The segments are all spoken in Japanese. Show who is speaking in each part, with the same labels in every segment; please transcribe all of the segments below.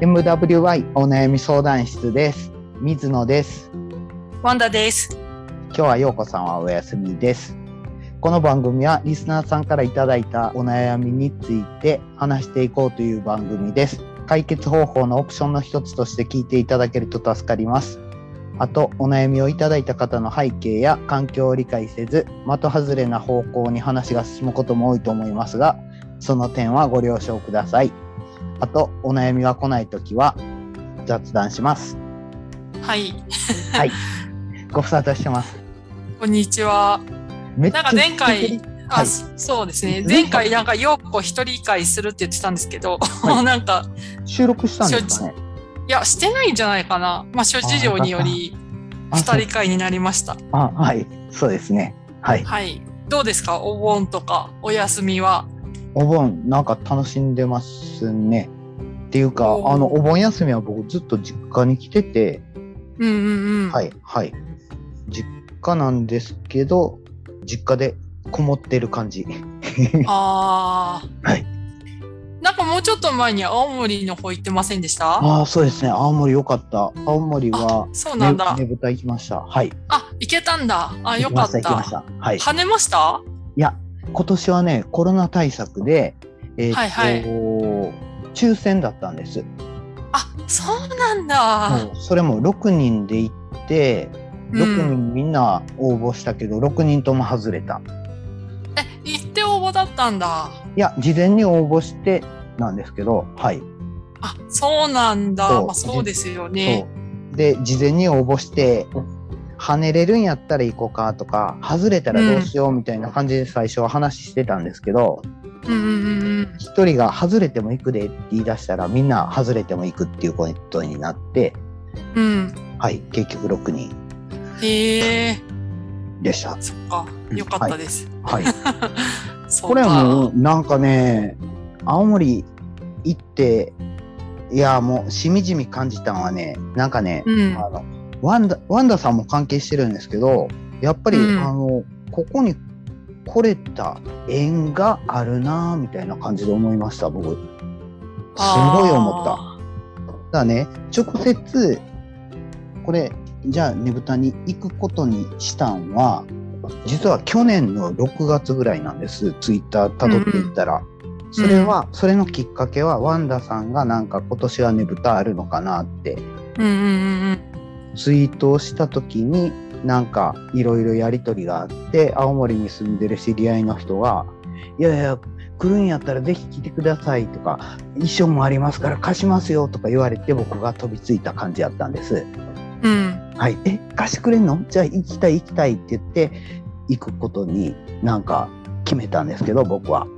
Speaker 1: MWI お悩み相談室です。水野です。
Speaker 2: ワンダです。
Speaker 1: 今日は陽子さんはお休みです。この番組はリスナーさんからいただいたお悩みについて話していこうという番組です。解決方法のオプションの一つとして聞いていただけると助かります。あと、お悩みをいただいた方の背景や環境を理解せず、的外れな方向に話が進むことも多いと思いますが、その点はご了承ください。あと、お悩みが来ないときは雑談します。
Speaker 2: はい、
Speaker 1: ご無沙汰してます。
Speaker 2: こんにちは。
Speaker 1: めっ
Speaker 2: なんか前回
Speaker 1: 聞い てる
Speaker 2: あ、
Speaker 1: はい
Speaker 2: そそうですね。
Speaker 1: 前
Speaker 2: 前
Speaker 1: 回
Speaker 2: 回なんかようこ一人会するって言ってたんですけど、
Speaker 1: い
Speaker 2: なんか
Speaker 1: 収録したんですかね。
Speaker 2: いやしてないんじゃないかな。まあ諸事情により
Speaker 1: あそう
Speaker 2: 二人会になりました。
Speaker 1: あ、はい、そうですね。はい。
Speaker 2: はい。どうですかお盆とかお休みは。
Speaker 1: お盆、なんか楽しんでますね。っていうか、
Speaker 2: おー
Speaker 1: あの、お盆休みは僕ずっと実家に来てて、
Speaker 2: うんうんうん。
Speaker 1: はい、はい。実家なんですけど、実家でこもってる感じ。
Speaker 2: ああ。
Speaker 1: はい。
Speaker 2: なんかもうちょっと前に青森の方行ってませんでした？
Speaker 1: ああ、そうですね。青森良かった。青森は、
Speaker 2: そう
Speaker 1: ね
Speaker 2: なんだ
Speaker 1: ね。ぶた行きました。はい。
Speaker 2: あ、行けたんだ。あ、よ
Speaker 1: 行き
Speaker 2: か
Speaker 1: ま
Speaker 2: っ。
Speaker 1: した行きました。はい。
Speaker 2: 跳ねました？
Speaker 1: いや、今年はね、コロナ対策で、えーっと、
Speaker 2: はいはい
Speaker 1: 抽選だったんです。
Speaker 2: あ、そうなんだ。
Speaker 1: もうそれも6人で行って、
Speaker 2: うん
Speaker 1: 6人みんな応募したけど、6人とも外れた。
Speaker 2: え、行って応募だったんだ。
Speaker 1: いや、事前に応募してなんですけど、はい。
Speaker 2: あ、そうなんだ。
Speaker 1: そう
Speaker 2: まあ、そうですよ
Speaker 1: そ
Speaker 2: ね。
Speaker 1: うで、事前に応募して、跳ねれるんやったら行こうかとか、外れたらどうしようみたいな感じで最初は話してたんですけど、
Speaker 2: うんうんうんうん。
Speaker 1: 一、人が外れても行くでって言い出したら、みんな外れても行くっていうことになって、
Speaker 2: うん。
Speaker 1: はい、結局6人
Speaker 2: へえ、
Speaker 1: でした。
Speaker 2: そっか。よかったです。
Speaker 1: はい。
Speaker 2: そうか
Speaker 1: これはもうなんかね青森行っていやもうしみじみ感じたのはねなんかね、
Speaker 2: うん。
Speaker 1: あのワンダワンダさんも関係してるんですけどやっぱり、
Speaker 2: うん
Speaker 1: あのここに来れた縁があるなぁみたいな感じで思いました僕すごい思った。ただね、直接、これ、じゃあねぶたに行くことにしたんは、実は去年の6月ぐらいなんです、ツイッター辿っていったら。それは、それのきっかけは、ワンダさんがなんか今年はねぶたあるのかなって、
Speaker 2: た。うんうんうん
Speaker 1: ツイートをした時に、なんかいろいろやりとりがあって、青森に住んでる知り合いの人が、いやいや、来るんやったらぜひ来てくださいとか、衣装もありますから貸しますよとか言われて僕が飛びついた感じやったんです。
Speaker 2: うん。うん。
Speaker 1: はい。え、貸してくれんのじゃあ行きたい行きたいって言って、行くことになんか決めたんですけど、僕は。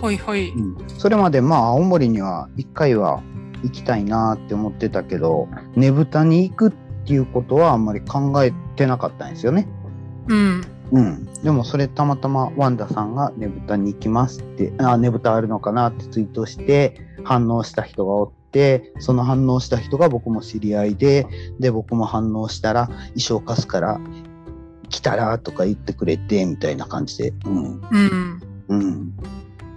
Speaker 2: ほいほい。
Speaker 1: それまでまあ青森には一回は行きたいなって思ってたけどねぶたに行くっていうことはあんまり考えてなかったんですよね。
Speaker 2: うん。
Speaker 1: うん、でもそれたまたまワンダさんがねぶたに行きますってあねぶたあるのかなってツイートして反応した人がおってその反応した人が僕も知り合いでで僕も反応したら衣装貸すから来たらとか言ってくれてみたいな感じで、うん、
Speaker 2: うん。
Speaker 1: うん。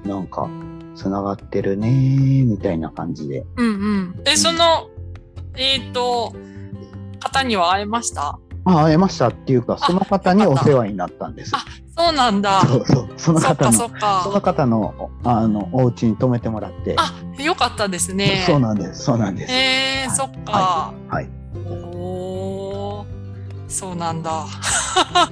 Speaker 1: なんか、つながってるねー、みたいな感じで。
Speaker 2: うんうん。え、その、えっ、と、方には会えました
Speaker 1: あ、会えましたっていうか、その方にお世話になったんです。
Speaker 2: あそうなんだ。
Speaker 1: そうそう。その
Speaker 2: そっ
Speaker 1: 方
Speaker 2: か
Speaker 1: の、
Speaker 2: そ
Speaker 1: そ
Speaker 2: っ
Speaker 1: の
Speaker 2: か。
Speaker 1: 方の、あの、お家に泊めてもらって。
Speaker 2: あ、よかったですね。
Speaker 1: そうなんです。そうなんです。
Speaker 2: えー、そっか。
Speaker 1: はい。
Speaker 2: おお、そうなんだ。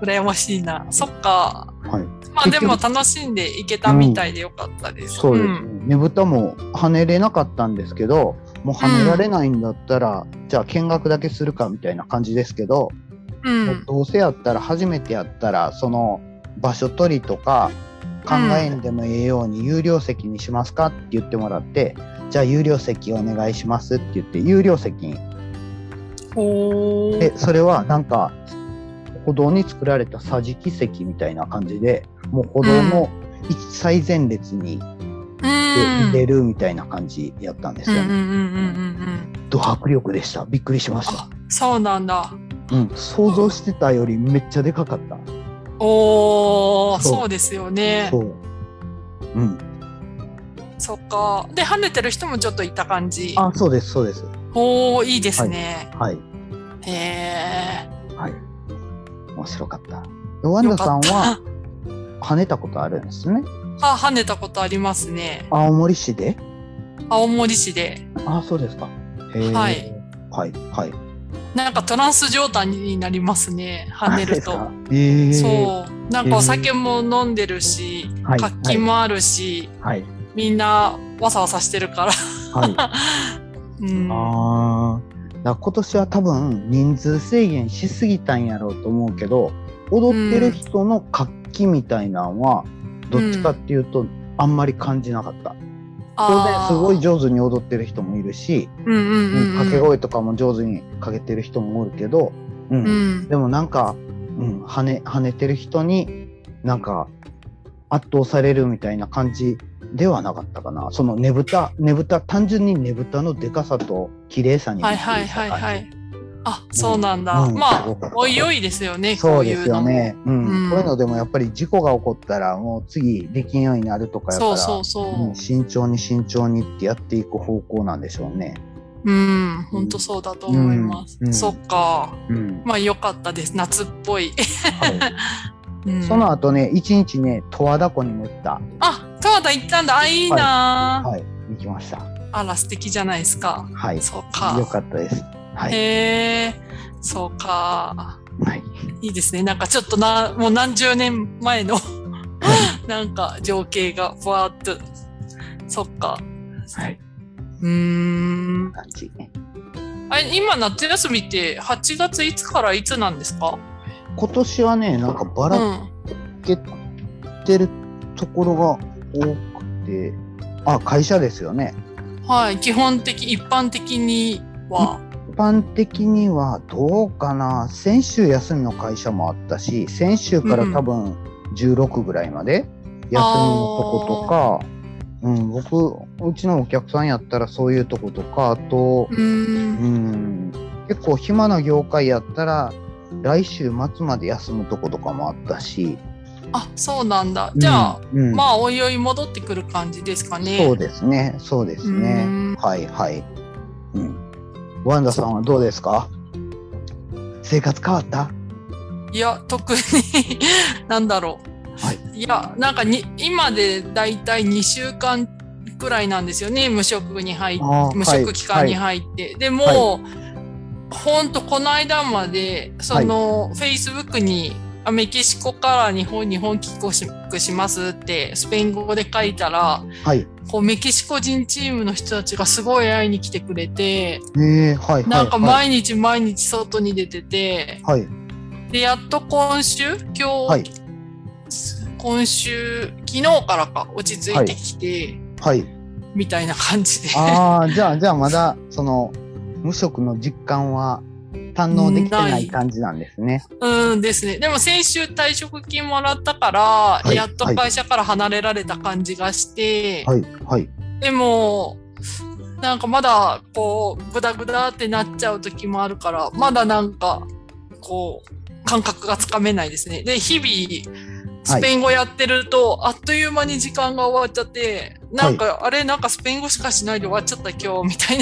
Speaker 2: 羨ましいな。そっか。
Speaker 1: はい。
Speaker 2: まあでも楽しんでいけたみたいでよかったです。
Speaker 1: そうですね
Speaker 2: ん。
Speaker 1: ねぶたも跳ねれなかったんですけど、もう跳ねられないんだったら、じゃあ見学だけするかみたいな感じですけど、
Speaker 2: うん。
Speaker 1: もうどうせやったら初めてやったらその場所取りとか考えんでもええように有料席にしますかって言ってもらって、じゃあ有料席お願いしますって言って有料席に
Speaker 2: おお。
Speaker 1: でそれはなんか歩道に作られた桟敷席みたいな感じでもう歩道の一最前列に
Speaker 2: う
Speaker 1: で
Speaker 2: ん。
Speaker 1: 入れるみたいな感じやったんです
Speaker 2: うんう
Speaker 1: よ
Speaker 2: んうん
Speaker 1: ね。
Speaker 2: うんうん
Speaker 1: ド迫力でしたびっくりしました
Speaker 2: あ、そうなんだ。
Speaker 1: うん、想像してたよりめっちゃでかかった。
Speaker 2: おお、
Speaker 1: そう
Speaker 2: そうですよね
Speaker 1: そ。ううん
Speaker 2: そっか。で、跳ねてる人もちょっといた感じ。
Speaker 1: あ、そうです、そうです。
Speaker 2: おおいいですね。
Speaker 1: はい。
Speaker 2: へえ。
Speaker 1: はい。面白かった。ヨワンダさんは跳ねたことあるんですね。
Speaker 2: あ、跳ねたことありますね。
Speaker 1: 青森市で
Speaker 2: 青森市で。
Speaker 1: あ、そうですか。へー
Speaker 2: はい。
Speaker 1: はい、はい。
Speaker 2: なんかトランス状態になりますね。跳ねると。
Speaker 1: えー、
Speaker 2: そう。なんかお酒も飲んでるし、
Speaker 1: はい
Speaker 2: 活気もあるし、
Speaker 1: はい。
Speaker 2: みんなわさわさしてるから。
Speaker 1: はい。あ
Speaker 2: うん。
Speaker 1: あー。だから今年は多分人数制限しすぎたんやろうと思うけど、踊ってる人の活気みたいなのは、どっちかっていうと、あんまり感じなかった。当然
Speaker 2: あー
Speaker 1: すごい上手に踊ってる人もいるし、
Speaker 2: うんうんうん、うん。
Speaker 1: 掛け声とかも上手にかけてる人もおるけど、うん
Speaker 2: うん。
Speaker 1: でもなんか、うん、跳ね跳ねてる人になんか圧倒されるみたいな感じではなかったかなそのねぶたねぶた単純にねぶたのでかさと綺麗さに
Speaker 2: はいはいはいは
Speaker 1: びっく
Speaker 2: い。あ、そうなんだ。
Speaker 1: うん
Speaker 2: まあ
Speaker 1: すごかった、
Speaker 2: おいおいですよね、
Speaker 1: りした感じそうで
Speaker 2: こういう
Speaker 1: す
Speaker 2: の
Speaker 1: よ
Speaker 2: も。
Speaker 1: ね、うん
Speaker 2: うん
Speaker 1: こういうのでもやっぱり事故が起こったらもう次できんようになるとかやから
Speaker 2: そうそうそう
Speaker 1: うん。慎重に慎重にってやっていく方向なんでしょうね。
Speaker 2: うん、本当そうだと思います。
Speaker 1: うんうん
Speaker 2: そっか。
Speaker 1: うん
Speaker 2: まあ良かったです。夏っぽい。
Speaker 1: はい
Speaker 2: うん
Speaker 1: その後ね、一日ね、十和田湖にも行った。
Speaker 2: あ、十和田行ったんだ。あ、いいな、
Speaker 1: はい、行きました。
Speaker 2: あら、素敵じゃないですか。
Speaker 1: はい。
Speaker 2: そう
Speaker 1: よ
Speaker 2: か。
Speaker 1: かったです。はい。
Speaker 2: へえ、そうか。
Speaker 1: はい。
Speaker 2: いいですね。なんかちょっとな、もう何十年前の なんか情景がふわーっと。そっか。
Speaker 1: はい。
Speaker 2: うーん。
Speaker 1: 感じ。
Speaker 2: あれ今夏休みって8月いつからいつなんですか
Speaker 1: 今年はね、なんかば
Speaker 2: う
Speaker 1: ら
Speaker 2: ん。
Speaker 1: けてるところが多くて、あ、会社ですよね。
Speaker 2: はい。基本的、一般的には。
Speaker 1: 一般的にはどうかな先週休みの会社もあったし先週から多分16ぐらいまで休みのとことか、うん、僕うちのお客さんやったらそういうとことかあと、
Speaker 2: うーん
Speaker 1: う。ん結構暇な業界やったら来週末まで休むとことかもあったし
Speaker 2: あそうなんだじゃあ、、
Speaker 1: うんうん
Speaker 2: まあおいおい戻ってくる感じですかね
Speaker 1: そうですねそうです
Speaker 2: う
Speaker 1: ね
Speaker 2: ん
Speaker 1: はいはい、うん、ワンダさんはどうですか生活変わった
Speaker 2: いや特になんだろう、、
Speaker 1: はい
Speaker 2: やなんかに今でだいたい2週間くらいなんですよね無職に入っ
Speaker 1: あー
Speaker 2: 無職期間に
Speaker 1: はい
Speaker 2: 入って、でも、ほんとこの間までその、フェイスブックにあメキシコから日本日本帰国ししますってスペイン語で書いたら
Speaker 1: はい
Speaker 2: こうメキシコ人チームの人たちがすごい会いに来てくれて、
Speaker 1: ええはいはい
Speaker 2: なん
Speaker 1: は
Speaker 2: か
Speaker 1: い
Speaker 2: 毎日毎日外に出てて、
Speaker 1: はい
Speaker 2: で、やっと今週、今日、
Speaker 1: はい
Speaker 2: 今週、昨日からか落ち着いてきて、
Speaker 1: はい
Speaker 2: みたいな感じで。
Speaker 1: ああじゃあじゃあまだその無職の実感は堪能できてな
Speaker 2: ないい
Speaker 1: 感じなんですね。
Speaker 2: うんですね。でも先週退職金もらったから、
Speaker 1: い
Speaker 2: やっと会社から離れられた感じがして、
Speaker 1: はいはい
Speaker 2: でも、なんかまだこう、グダグダってなっちゃう時もあるから、まだなんか、こう、感覚がつかめないですね。で、日々、
Speaker 1: はい
Speaker 2: スペイン語やってると、あっという間に時間が終わっちゃって、なんか、あれ、なんかスペイン語しかしないで終わっちゃった今日、みたい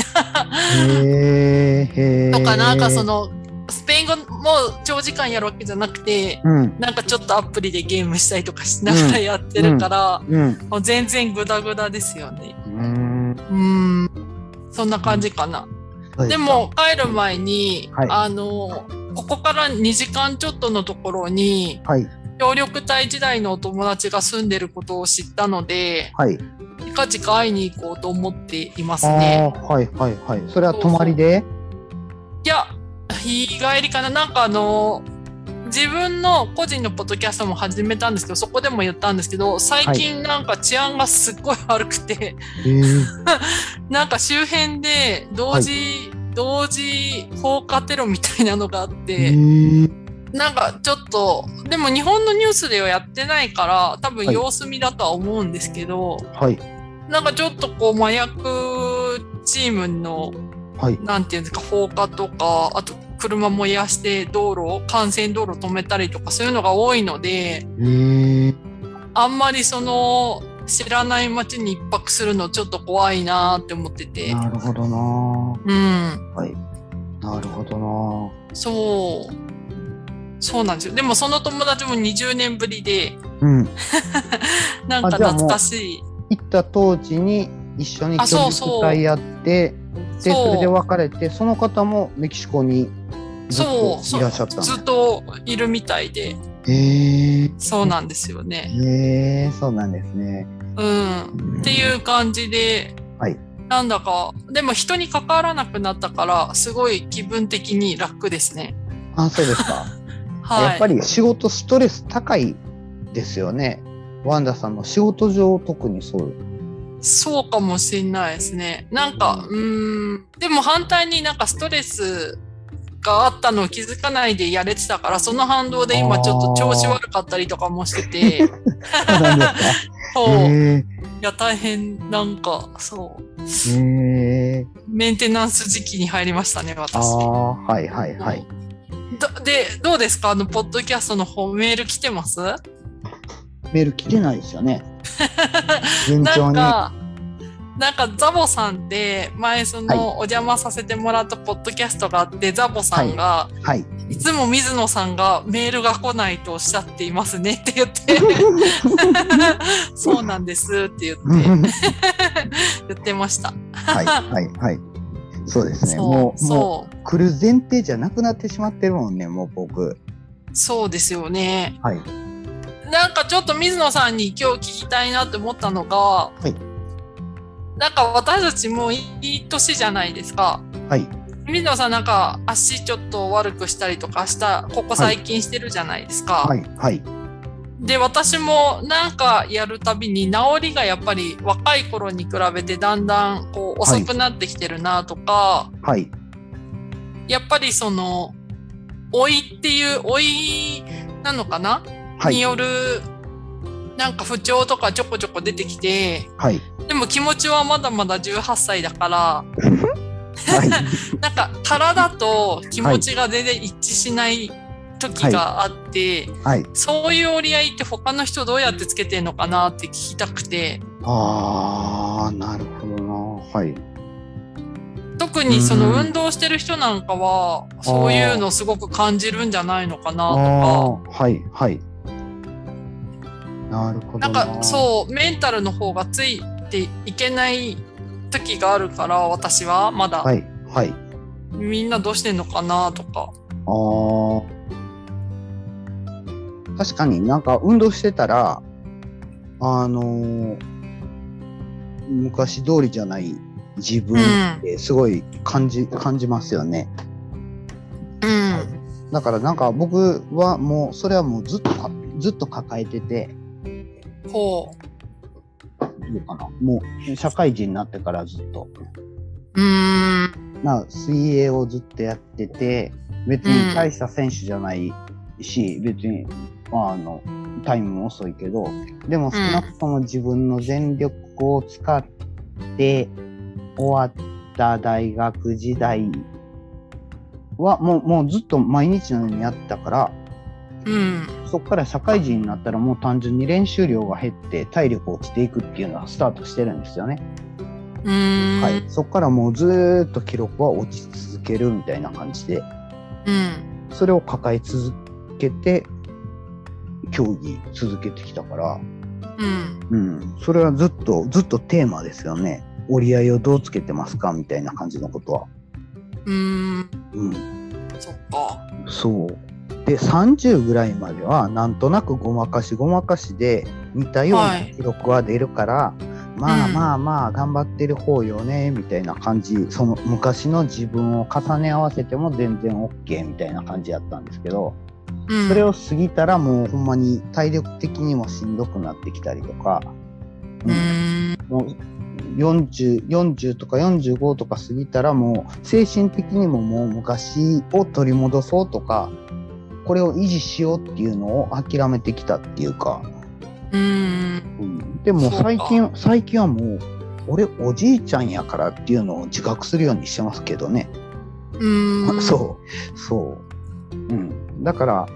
Speaker 1: へえ
Speaker 2: な。とか、なんかその、スペイン語も長時間やるわけじゃなくて、
Speaker 1: うん
Speaker 2: なんかちょっとアプリでゲームしたりとかしながらやってるから、
Speaker 1: うん
Speaker 2: もう全然グダグダですよね。
Speaker 1: うーん
Speaker 2: うーん。そんな感じかな。
Speaker 1: そうす
Speaker 2: で
Speaker 1: か
Speaker 2: も帰る前に、
Speaker 1: はい
Speaker 2: あのここから2時間ちょっとのところに
Speaker 1: はい
Speaker 2: 協力隊時代のお友達が住んでることを知ったので
Speaker 1: はい
Speaker 2: 近々会いに行こうと思っています
Speaker 1: あ
Speaker 2: ね。
Speaker 1: あはいはいはいそれは泊まりで
Speaker 2: いや日帰りかななんかあの自分の個人のポッドキャストも始めたんですけどそこでも言ったんですけど最近なんか治安がすっごい悪くて、
Speaker 1: へえ
Speaker 2: なんか周辺で同時、同時放火テロみたいなのがあって。
Speaker 1: へえ
Speaker 2: なんかちょっとでも日本のニュースではやってないから多分
Speaker 1: はい
Speaker 2: 様子見だとは思うんですけど、
Speaker 1: はい
Speaker 2: なんかちょっとこう麻薬チームの
Speaker 1: はい
Speaker 2: なんていうんですか放火とかあと車燃やして道路幹線道路止めたりとかそういうのが多いので
Speaker 1: へえ
Speaker 2: あんまりその知らない街に一泊するのちょっと怖いなーって思ってて。
Speaker 1: なるほどな
Speaker 2: うん。
Speaker 1: はい。なるほどな
Speaker 2: そう。そうなんですよ。でもその友達も20年ぶりで、
Speaker 1: うん。
Speaker 2: なんか
Speaker 1: あじゃあもう
Speaker 2: 懐かしい。
Speaker 1: 行った当時に一緒に協
Speaker 2: あそうそう
Speaker 1: 力会やって、で、それで
Speaker 2: そう
Speaker 1: 別れて、その方もメキシコにずっ
Speaker 2: そう
Speaker 1: と
Speaker 2: そう
Speaker 1: いらっしゃったん
Speaker 2: ずっ
Speaker 1: だ。
Speaker 2: といるみたいで、
Speaker 1: へえ。
Speaker 2: そうなんですよね。
Speaker 1: へえ、そうなんですね。
Speaker 2: うん。って
Speaker 1: うん。
Speaker 2: いう感じで、
Speaker 1: はい
Speaker 2: なんだか、でも人に関わらなくなったから、すごい気分的に楽ですね。
Speaker 1: あ、そうですか。
Speaker 2: はい。
Speaker 1: やっぱり仕事ストレス高いですよね。ワンダさんも仕事上特に そう。
Speaker 2: そうかもしれないですね。なんか、うーん、でも反対になんかストレスがあったのを気づかないでやれてたから、その反動で今ちょっと調子悪かったりとかもしてて、
Speaker 1: そうなんです
Speaker 2: そう
Speaker 1: か。、へ
Speaker 2: いや大変なんか、そう、
Speaker 1: え。へえ。
Speaker 2: メンテナンス時期に入りましたね、私。
Speaker 1: ああ、はいはいはい。
Speaker 2: どで、どうですかあの、ポッドキャストの方、メール来てます
Speaker 1: メール来てないですよ ね。順
Speaker 2: な
Speaker 1: 調
Speaker 2: ん
Speaker 1: に。
Speaker 2: か、なんかザボさんって前そ
Speaker 1: はい
Speaker 2: のお邪魔させてもらったポッドキャストがあってザボさんが、
Speaker 1: はい。
Speaker 2: いつも水野さんがメールが来ないとおっしゃっていますねって言って、 そうなんですって言って、言ってました。
Speaker 1: はいはいはい。そうですね。
Speaker 2: そ
Speaker 1: も
Speaker 2: う、
Speaker 1: う、も
Speaker 2: そう
Speaker 1: 来る前提じゃなくなってしまってるもんね、もう僕。
Speaker 2: う、そうですよね。
Speaker 1: はい。
Speaker 2: なんかちょっと水野さんに今日聞きたいなって思ったのが、
Speaker 1: い
Speaker 2: なんか私たちもういい年じゃないですか。
Speaker 1: はい。
Speaker 2: 水野さんなんか足ちょっと悪くしたりとかした、ここ最近してるじゃないですか。
Speaker 1: はいはい。
Speaker 2: で私もなんかやるたびに治りがやっぱり若い頃に比べてだんだんこう
Speaker 1: はい
Speaker 2: 遅くなってきてるなとか、
Speaker 1: はい。
Speaker 2: やっぱりその老いっていう老いなのかな、
Speaker 1: は
Speaker 2: に
Speaker 1: い。
Speaker 2: よるなんか不調とかちょこちょこ出てきて
Speaker 1: はい。
Speaker 2: でも気持ちはまだまだ18歳だから
Speaker 1: はい。
Speaker 2: なんか体と気持ちが全然一致しない時があって、
Speaker 1: はい。
Speaker 2: そういう折り合いって他の人どうやってつけてんのかなって聞きたくて。
Speaker 1: ああ、なるほどな。はい。
Speaker 2: 特にその
Speaker 1: うん
Speaker 2: 運動してる人なんかはそういうのすごく感じるんじゃないのか
Speaker 1: あ
Speaker 2: なと
Speaker 1: あー、はいはい。なるほど
Speaker 2: かなんかそうメンタルの方がついていけない時があるから私はまだ、
Speaker 1: はいはい。
Speaker 2: みんなどうしてんのかなとか
Speaker 1: ああ。確かになんか運動してたら、あのー昔通りじゃない自分ってすごい感じ、感じますよね。
Speaker 2: うん
Speaker 1: だからなんか僕はもう、それはもうずっとか、ずっと抱えてて、
Speaker 2: こ
Speaker 1: どうかな。もう社会人になってからずっと。
Speaker 2: ううーん
Speaker 1: まあ、水泳をずっとやってて、別に大した選手じゃないし、別に、まあ、あの、タイムも遅いけど、でも少なくとも自分の全力を使って終わった大学時代は、もう、もうずっと毎日のようにやったから、
Speaker 2: うん
Speaker 1: そこから社会人になったらもう単純に練習量が減って体力落ちていくっていうのはスタートしてるんですよね。
Speaker 2: うーん、
Speaker 1: はい、そこからもうずーっと記録は落ち続けるみたいな感じで
Speaker 2: うん
Speaker 1: それを抱え続けて競技続けてきたから、う
Speaker 2: うん
Speaker 1: ん、それはずっとずっとテーマですよね折り合いをどうつけてますかみたいな感じのことは、
Speaker 2: うーん
Speaker 1: うん、
Speaker 2: そっか
Speaker 1: そうで30ぐらいまではなんとなくごまかしごまかしで似たよう
Speaker 2: は
Speaker 1: ない記録は出るから、まあ
Speaker 2: うん
Speaker 1: まあまあ頑張ってる方よねみたいな感じその昔の自分を重ね合わせても全然 OK みたいな感じやったんですけど、
Speaker 2: うん
Speaker 1: それを過ぎたらもうほんまに体力的にもしんどくなってきたりとか、
Speaker 2: うーん
Speaker 1: もう 40, 40とか45とか過ぎたらもう精神的にももう昔を取り戻そうとか、これを維持しようっていうのを諦めてきたっていうか、
Speaker 2: うーん
Speaker 1: うんでも
Speaker 2: そうか
Speaker 1: 最近、最近はもう、俺おじいちゃんやからっていうのを自覚するようにしてますけどね。
Speaker 2: うーん
Speaker 1: そう、そう。うん。だから、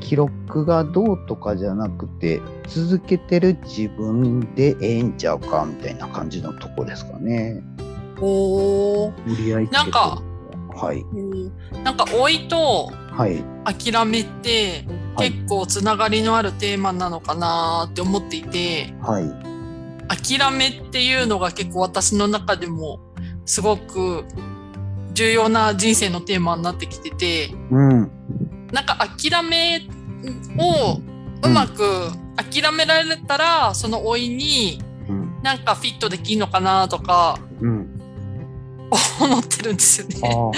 Speaker 1: 記録がどうとかじゃなくて、続けてる自分でええんちゃうかみたいな感じのとこですかね。
Speaker 2: おお。
Speaker 1: 折り合いつけて
Speaker 2: なんか、
Speaker 1: はい。
Speaker 2: なんか老いと
Speaker 1: はい。
Speaker 2: 諦めって
Speaker 1: はい
Speaker 2: 結構つながりのあるテーマなのかなって思っていて、
Speaker 1: はい。
Speaker 2: 諦めっていうのが結構私の中でもすごく重要な人生のテーマになってきてて、
Speaker 1: うん。
Speaker 2: なんか諦めをうまく諦められたら、その老いに
Speaker 1: うん。
Speaker 2: なんかフィットできんのかなとか
Speaker 1: うん。
Speaker 2: 思ってるんですよ
Speaker 1: あ
Speaker 2: ね。
Speaker 1: あ、 は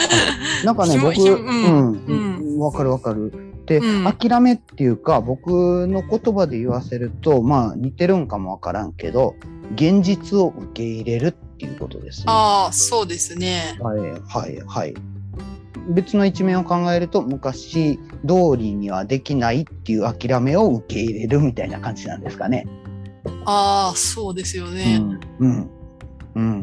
Speaker 1: い。なんかね、
Speaker 2: ひも
Speaker 1: 僕、
Speaker 2: ひも
Speaker 1: う
Speaker 2: うん
Speaker 1: ん。
Speaker 2: う
Speaker 1: うんわ、かるわかる。で、
Speaker 2: うん
Speaker 1: 諦めっていうか、僕の言葉で言わせると、まあ似てるんかもわからんけど、現実を受け入れるっていうことですね。
Speaker 2: ああ、そうですね。
Speaker 1: はいはいはい。別の一面を考えると昔通りにはできないっていう諦めを受け入れるみたいな感じなんですかね。
Speaker 2: ああ、そうですよね。
Speaker 1: うん、うん、
Speaker 2: う
Speaker 1: うん。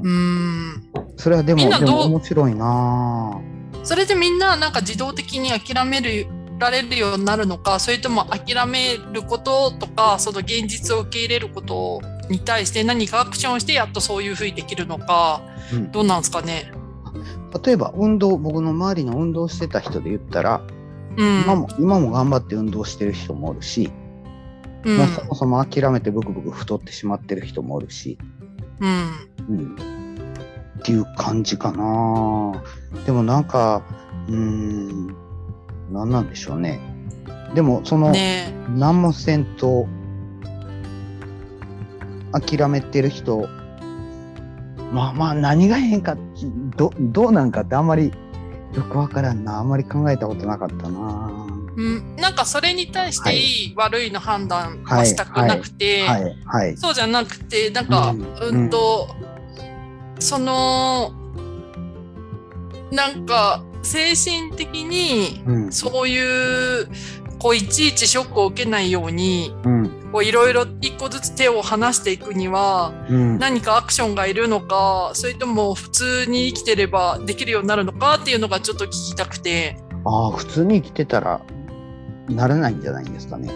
Speaker 2: ん。
Speaker 1: それはでも
Speaker 2: みんな
Speaker 1: で
Speaker 2: どう
Speaker 1: も面白いな
Speaker 2: それでみんななんか自動的に諦めるられるようになるのか、それとも諦めることとか、その現実を受け入れることに対して何かアクションをしてやっとそういうふうにできるのか、
Speaker 1: ぁ、うん。
Speaker 2: どうなんですかね。
Speaker 1: 例えば運動僕の周りの運動してた人で言ったら、
Speaker 2: うん。
Speaker 1: 今も今も頑張って運動してる人もおるし、
Speaker 2: うん
Speaker 1: まあ、そもそも諦めてブクブク太ってしまってる人もおるし、
Speaker 2: うん。
Speaker 1: うんっていう感じかなでもなんかうーん何なんでしょうねでもその
Speaker 2: ね
Speaker 1: 何もせんと諦めてる人まあまあ何が変かどどうなんかってあんまりよくわからんなあんまり考えたことなかったな
Speaker 2: うん、なんかそれに対していい、悪いの判断
Speaker 1: は
Speaker 2: はいしたくなくて、
Speaker 1: はいはい
Speaker 2: そうじゃなくてなんか、
Speaker 1: う
Speaker 2: うんん、と、そのなんか精神的に
Speaker 1: うん
Speaker 2: そういうこういちいちショックを受けないように
Speaker 1: うん
Speaker 2: こういろいろ一個ずつ手を離していくには
Speaker 1: うん
Speaker 2: 何かアクションがいるのかそれとも普通に生きてればできるようになるのかっていうのがちょっと聞きたくて。
Speaker 1: ああ普通に生きてたらならないんじゃないんですかね
Speaker 2: うー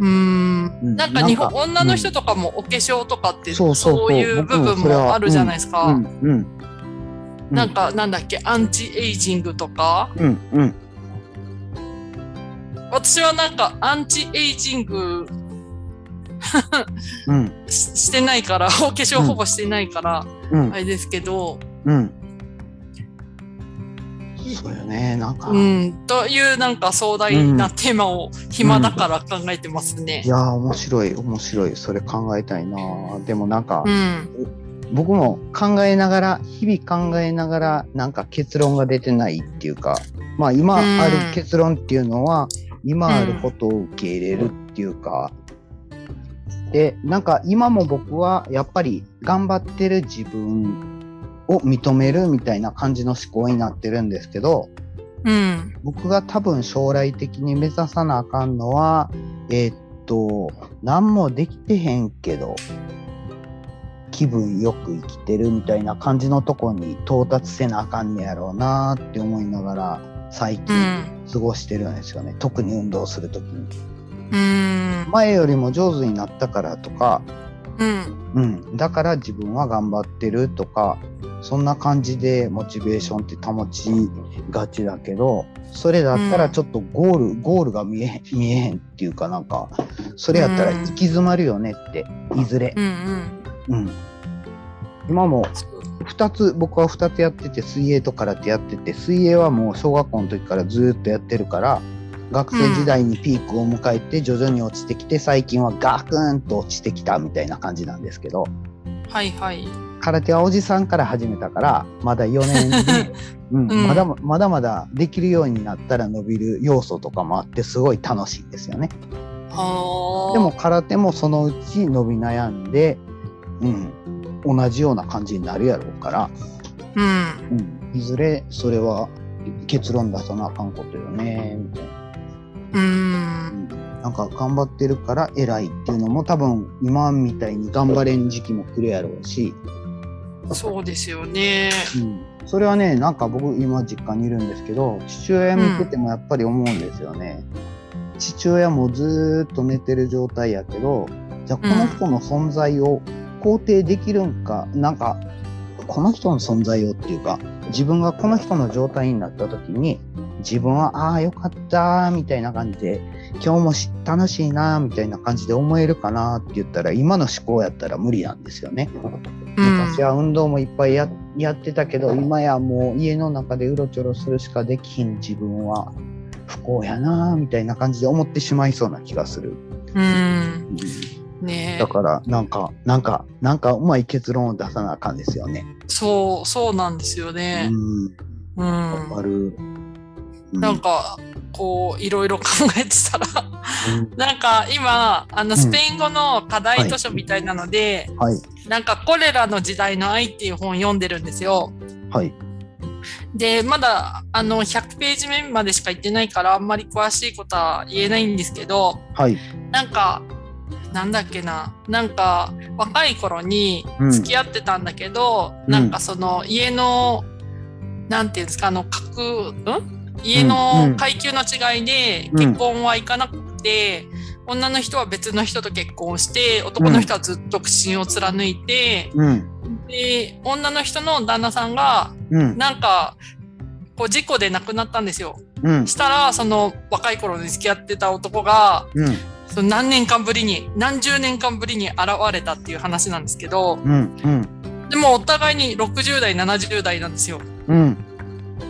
Speaker 1: うん
Speaker 2: んなんか日本
Speaker 1: なん
Speaker 2: 女の人とかもお化粧とかって
Speaker 1: そ
Speaker 2: そうう
Speaker 1: そうそう
Speaker 2: いう部分
Speaker 1: 僕もそれは
Speaker 2: もあるじゃないですか、
Speaker 1: うんうんうん
Speaker 2: なんかなんだっけアンチエイジングとか
Speaker 1: うんうん
Speaker 2: 私はなんかアンチエイジング
Speaker 1: うん
Speaker 2: ししてないからお 化粧ほぼしてないから、
Speaker 1: うん
Speaker 2: あれですけど、
Speaker 1: うんそうよねなんか、
Speaker 2: う
Speaker 1: い
Speaker 2: ん、というなんか壮大なテーマを暇だから考えてますね。
Speaker 1: やー面白い面白いそれ考えたいなでもなんか、
Speaker 2: うん、
Speaker 1: 僕も考えながら日々考えながらなんか結論が出てないっていうかまあ今
Speaker 2: うん
Speaker 1: ある結論っていうのは、今あることを受け入れるっていうか、でなんか今も僕はやっぱり頑張ってる自分を認めるみたいな感じの思考になってるんですけど
Speaker 2: うん、
Speaker 1: 僕が多分将来的に目指さなあかんのはえーっと何もできてへんけど気分よく生きてるみたいな感じのとこに到達せなあかんねやろうなって思いながら最
Speaker 2: う
Speaker 1: 近
Speaker 2: ん、
Speaker 1: 過ごしてるんですよね、特に運動するときに。
Speaker 2: うん、
Speaker 1: 前よりも上手になったからとか、
Speaker 2: うん、
Speaker 1: うん、だから自分は頑張ってるとかそんな感じでモチベーションって保ちがちだけどそれだったらちょっとゴール、ゴールが見えへん見えへんっていうかなんかそれやったら
Speaker 2: うん
Speaker 1: 行き詰まるよねっていずれ、
Speaker 2: うん、うん。
Speaker 1: うん、今も2つ僕は2つやってて水泳と空手やってて水泳はもう小学校の時からずっとやってるから学生時代にピークを迎えて徐々に落ちてきて最近はガクンと落ちてきたみたいな感じなんですけど
Speaker 2: はいはい。
Speaker 1: 空手はおじさんから始めたからまだ4年で、 うん
Speaker 2: うん
Speaker 1: まだまだまだできるようになったら伸びる要素とかもあってすごい楽しいんですよね。
Speaker 2: はあ。
Speaker 1: でも、空手もそのうち伸び悩んで、うん、同じような感じになるやろうから。
Speaker 2: うん、
Speaker 1: うん、いずれそれは結論出さなあかんことよねみたいな、
Speaker 2: うん
Speaker 1: う。ん、なんか頑張ってるから偉いっていうのも多分今みたいに頑張れん時期も来るやろうし、
Speaker 2: そうですよね。
Speaker 1: うん、それはねなんか僕今実家にいるんですけど父親見ててもやっぱり思うんですよね、父親もずーっと寝てる状態やけどじゃあこの人の存在を肯定できるんか、なんかこの人の存在をっていうか自分がこの人の状態になった時に自分はああよかったーみたいな感じで今日もし楽しいなーみたいな感じで思えるかなーって言ったら今の思考やったら無理なんですよね。昔は運動もいっぱいややってたけど今やもう家の中でうろちょろするしかできひん自分は不幸やなーみたいな感じで思ってしまいそうな気がする。
Speaker 2: うん。
Speaker 1: うん
Speaker 2: ね
Speaker 1: だからなんかなんかなんかうまい結論を出さなあかんですよね。
Speaker 2: そう、そうなんですよね。
Speaker 1: うん
Speaker 2: うん。
Speaker 1: わかる。う
Speaker 2: なんか、こう、いろいろ考えてたら、
Speaker 1: う
Speaker 2: なんか今、あ
Speaker 1: ん
Speaker 2: の、スペイン語の課題図書みたいなので、
Speaker 1: んはい
Speaker 2: なんか、コレラの時代の愛っていう本読んでるんですよ。
Speaker 1: はい
Speaker 2: で、まだ、あの、100ページ目までしか行ってないから、あんまり詳しいことは言えないんですけど、
Speaker 1: はい。
Speaker 2: なんか、なんだっけな、なんか、若い頃に
Speaker 1: うん
Speaker 2: 付き合ってたんだけど、
Speaker 1: うん
Speaker 2: なんかその、家の、なんていうんですか、あの、格、ん家
Speaker 1: うんう
Speaker 2: の
Speaker 1: ん
Speaker 2: 階級の違いで、
Speaker 1: うん
Speaker 2: 結婚はいかなくて、女の人は別の人と結婚して、男の人はずっと独身を貫いて、
Speaker 1: うん
Speaker 2: で、女の人の旦那さんが、
Speaker 1: うん
Speaker 2: なんか、こう事故で亡くなったんですよ。
Speaker 1: うん
Speaker 2: したら、その若い頃に付き合ってた男が、
Speaker 1: うん
Speaker 2: その何年間ぶりに、何十年間ぶりに現れたっていう話なんですけど、
Speaker 1: うんうん
Speaker 2: でもお互いに60代、70代なんですよ。
Speaker 1: うん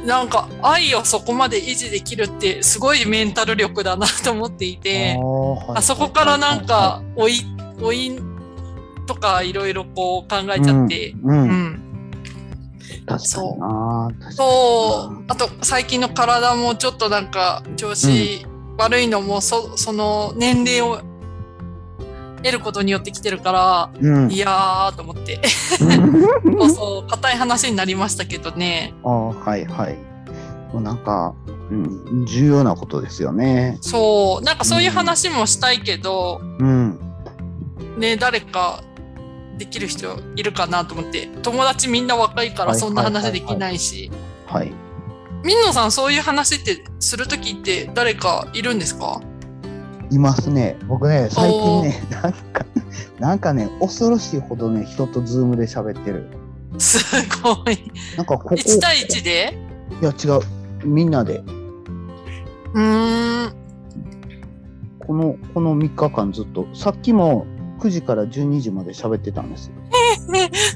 Speaker 2: なんか、愛をそこまで維持できるって、すごいメンタル力だなと思っていて、あそこからなんか、老い、老いとかいろいろこう考えちゃって、
Speaker 1: うんう
Speaker 2: うんん。
Speaker 1: 確かにな確か
Speaker 2: そうあと最近の体もちょっとなんか調子悪いのもそ,、その年齢を得ることによってきてるから、
Speaker 1: にうん
Speaker 2: いやーと思って そうそう硬い話になりましたけどね
Speaker 1: あーはいはいもうなんかうん重要なことですよね
Speaker 2: そうなんかそういう話もしたいけど、
Speaker 1: うん
Speaker 2: ね誰かできる人いるかなと思って友達みんな若いか
Speaker 1: は
Speaker 2: ら
Speaker 1: い
Speaker 2: そんな
Speaker 1: はい
Speaker 2: 話
Speaker 1: はい
Speaker 2: できないし、
Speaker 1: はい
Speaker 2: みんのさんそういう話ってするときって誰かいるんですか
Speaker 1: いますね僕ね最近ねなんかなんかね恐ろしいほどね人とズームで喋ってる
Speaker 2: すごい
Speaker 1: なんかここ
Speaker 2: 1対1で
Speaker 1: いや違うみんなで
Speaker 2: うーん。
Speaker 1: このこの3日間ずっとさっきも9時から12時まで喋ってたんですよ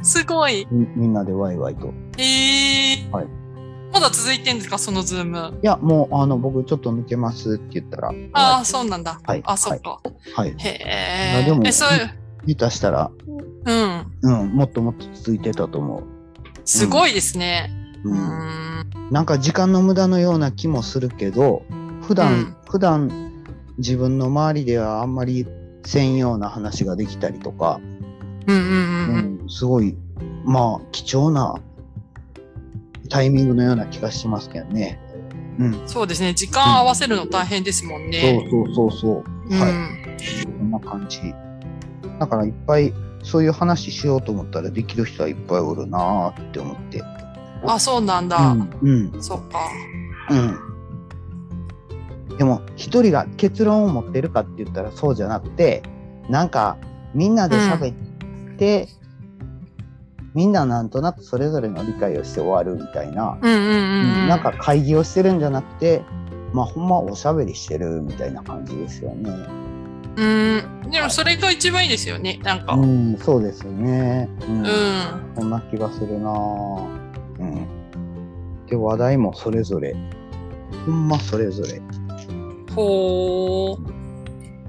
Speaker 2: すごい。
Speaker 1: みみんなでワイワイとい
Speaker 2: えー。
Speaker 1: はい
Speaker 2: まだ続いてんですかそのズーム。
Speaker 1: やもうあの僕ちょっと抜けますって言ったら
Speaker 2: ああ、そうなんだ。
Speaker 1: はい
Speaker 2: あ、そっか。
Speaker 1: はい
Speaker 2: へ
Speaker 1: いや
Speaker 2: え。
Speaker 1: でも
Speaker 2: え、そういう、
Speaker 1: 下手したら、
Speaker 2: うん。
Speaker 1: うん、もっともっと続いてたと思
Speaker 2: すごいですね。
Speaker 1: う、
Speaker 2: う
Speaker 1: う
Speaker 2: ー
Speaker 1: ん
Speaker 2: ん。
Speaker 1: なんか時間の無駄のような気もするけど普段、
Speaker 2: うん
Speaker 1: 普段自分の周りではあんまりせんような話ができたりとか、
Speaker 2: うんうんうん。
Speaker 1: うん、すごいまあ貴重なタイミングのような気がしますけどね。うん
Speaker 2: そうですね。時間合わせるの大変ですもんね。
Speaker 1: そうそうそうそう。
Speaker 2: うん。
Speaker 1: はい。こんな感じ。だからいっぱいそういう話しようと思ったらできる人はいっぱいおるなーって思って。
Speaker 2: あ、そうなんだ。
Speaker 1: うん。
Speaker 2: そっか。
Speaker 1: うん。でも一人が結論を持ってるかって言ったらそうじゃなくて、なんかみんなで喋って、みんななんとなくそれぞれの理解をして終わるみたいな、
Speaker 2: うんうんうん。うん
Speaker 1: なんか、会議をしてるんじゃなくて、まあほんまおしゃべりしてるみたいな感じですよね。
Speaker 2: うん。でもそれが一番いいですよね。なんか。う。
Speaker 1: うんん、そうですよね。うん、そんな気がするなぁうん。で、話題もそれぞれ。ほんまそれぞれ。
Speaker 2: ほう。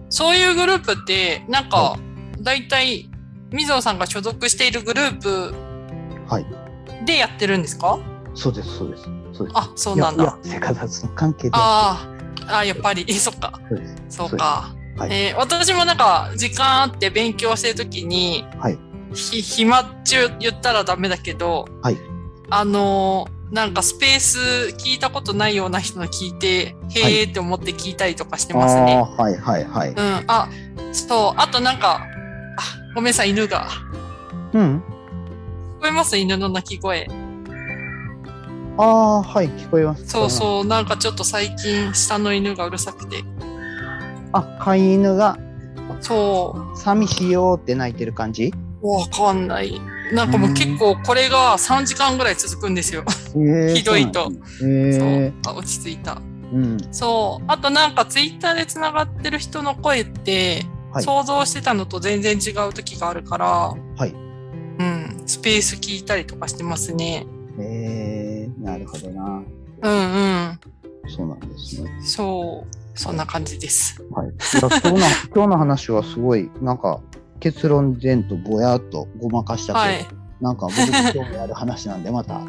Speaker 2: そういうグループって、なんか、だいたい、水野さんが所属しているグループ
Speaker 1: はい。
Speaker 2: でやってるんですか
Speaker 1: そうです、そうです。そうです。
Speaker 2: あ、そうなんだ。
Speaker 1: いや、いやせかさずの関係で。
Speaker 2: あーあ、やっぱり、え そっか。
Speaker 1: そうです。
Speaker 2: そうか。
Speaker 1: はい
Speaker 2: えー私もなんか、時間あって勉強してるときに、
Speaker 1: はい
Speaker 2: ひ暇中言ったらダメだけど、
Speaker 1: はい
Speaker 2: あのーなんかスペース聞いたことないような人の聞いて、へえって思って聞いたりとかしてますね。
Speaker 1: あーはい、はい、はい。
Speaker 2: うん、あ、そう、あとなんか、あ、ごめんなさい、犬が。
Speaker 1: うん。
Speaker 2: 聞こえます犬の鳴き声。
Speaker 1: ああ、はい、聞こえます。
Speaker 2: そうそう、なんかちょっと最近、下の犬がうるさくて。
Speaker 1: あ、飼い犬が
Speaker 2: そ
Speaker 1: 寂しいよって泣いてる感じ
Speaker 2: う。わかんない。なんかもう結構これが3時間ぐらい続くんですよ。ひどい。と。
Speaker 1: えー
Speaker 2: そ
Speaker 1: そううなんだへー
Speaker 2: あ落ち着いた。
Speaker 1: うん。
Speaker 2: そう。あとなんかツイッターでつながってる人の声って、
Speaker 1: はい
Speaker 2: 想像してたのと全然違う時があるから、
Speaker 1: はい。
Speaker 2: うん、スペース聞いたりとかしてますね。
Speaker 1: えー、なるほどな。
Speaker 2: うん
Speaker 1: そうなんですね
Speaker 2: う。ん。そう。そんな感じです。
Speaker 1: はい。 いや今日の今日の話はすごいなんか結論前とぼやっとごまかしたけど、
Speaker 2: はい。
Speaker 1: なんか僕に興味ある話なんでまた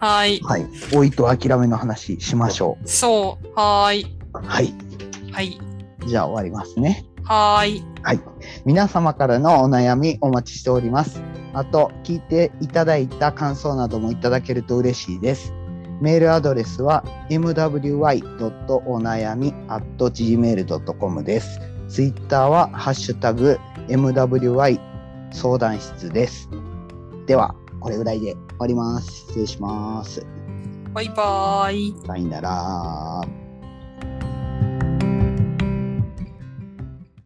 Speaker 2: はい。
Speaker 1: はい。老いと諦めの話しましょ
Speaker 2: そう。はーい。
Speaker 1: う。はい。
Speaker 2: はい。
Speaker 1: じゃあ終わりますね。
Speaker 2: はーい。
Speaker 1: はい。皆様からのお悩みお待ちしております。あと、聞いていただいた感想などもいただけると嬉しいです。メールアドレスは mwy.onayami.gmail.com です。ツイッターはハッシュタグ mwy 相談室です。では、これぐらいで終わります。失礼します。
Speaker 2: バイバーイ。
Speaker 1: さよなら。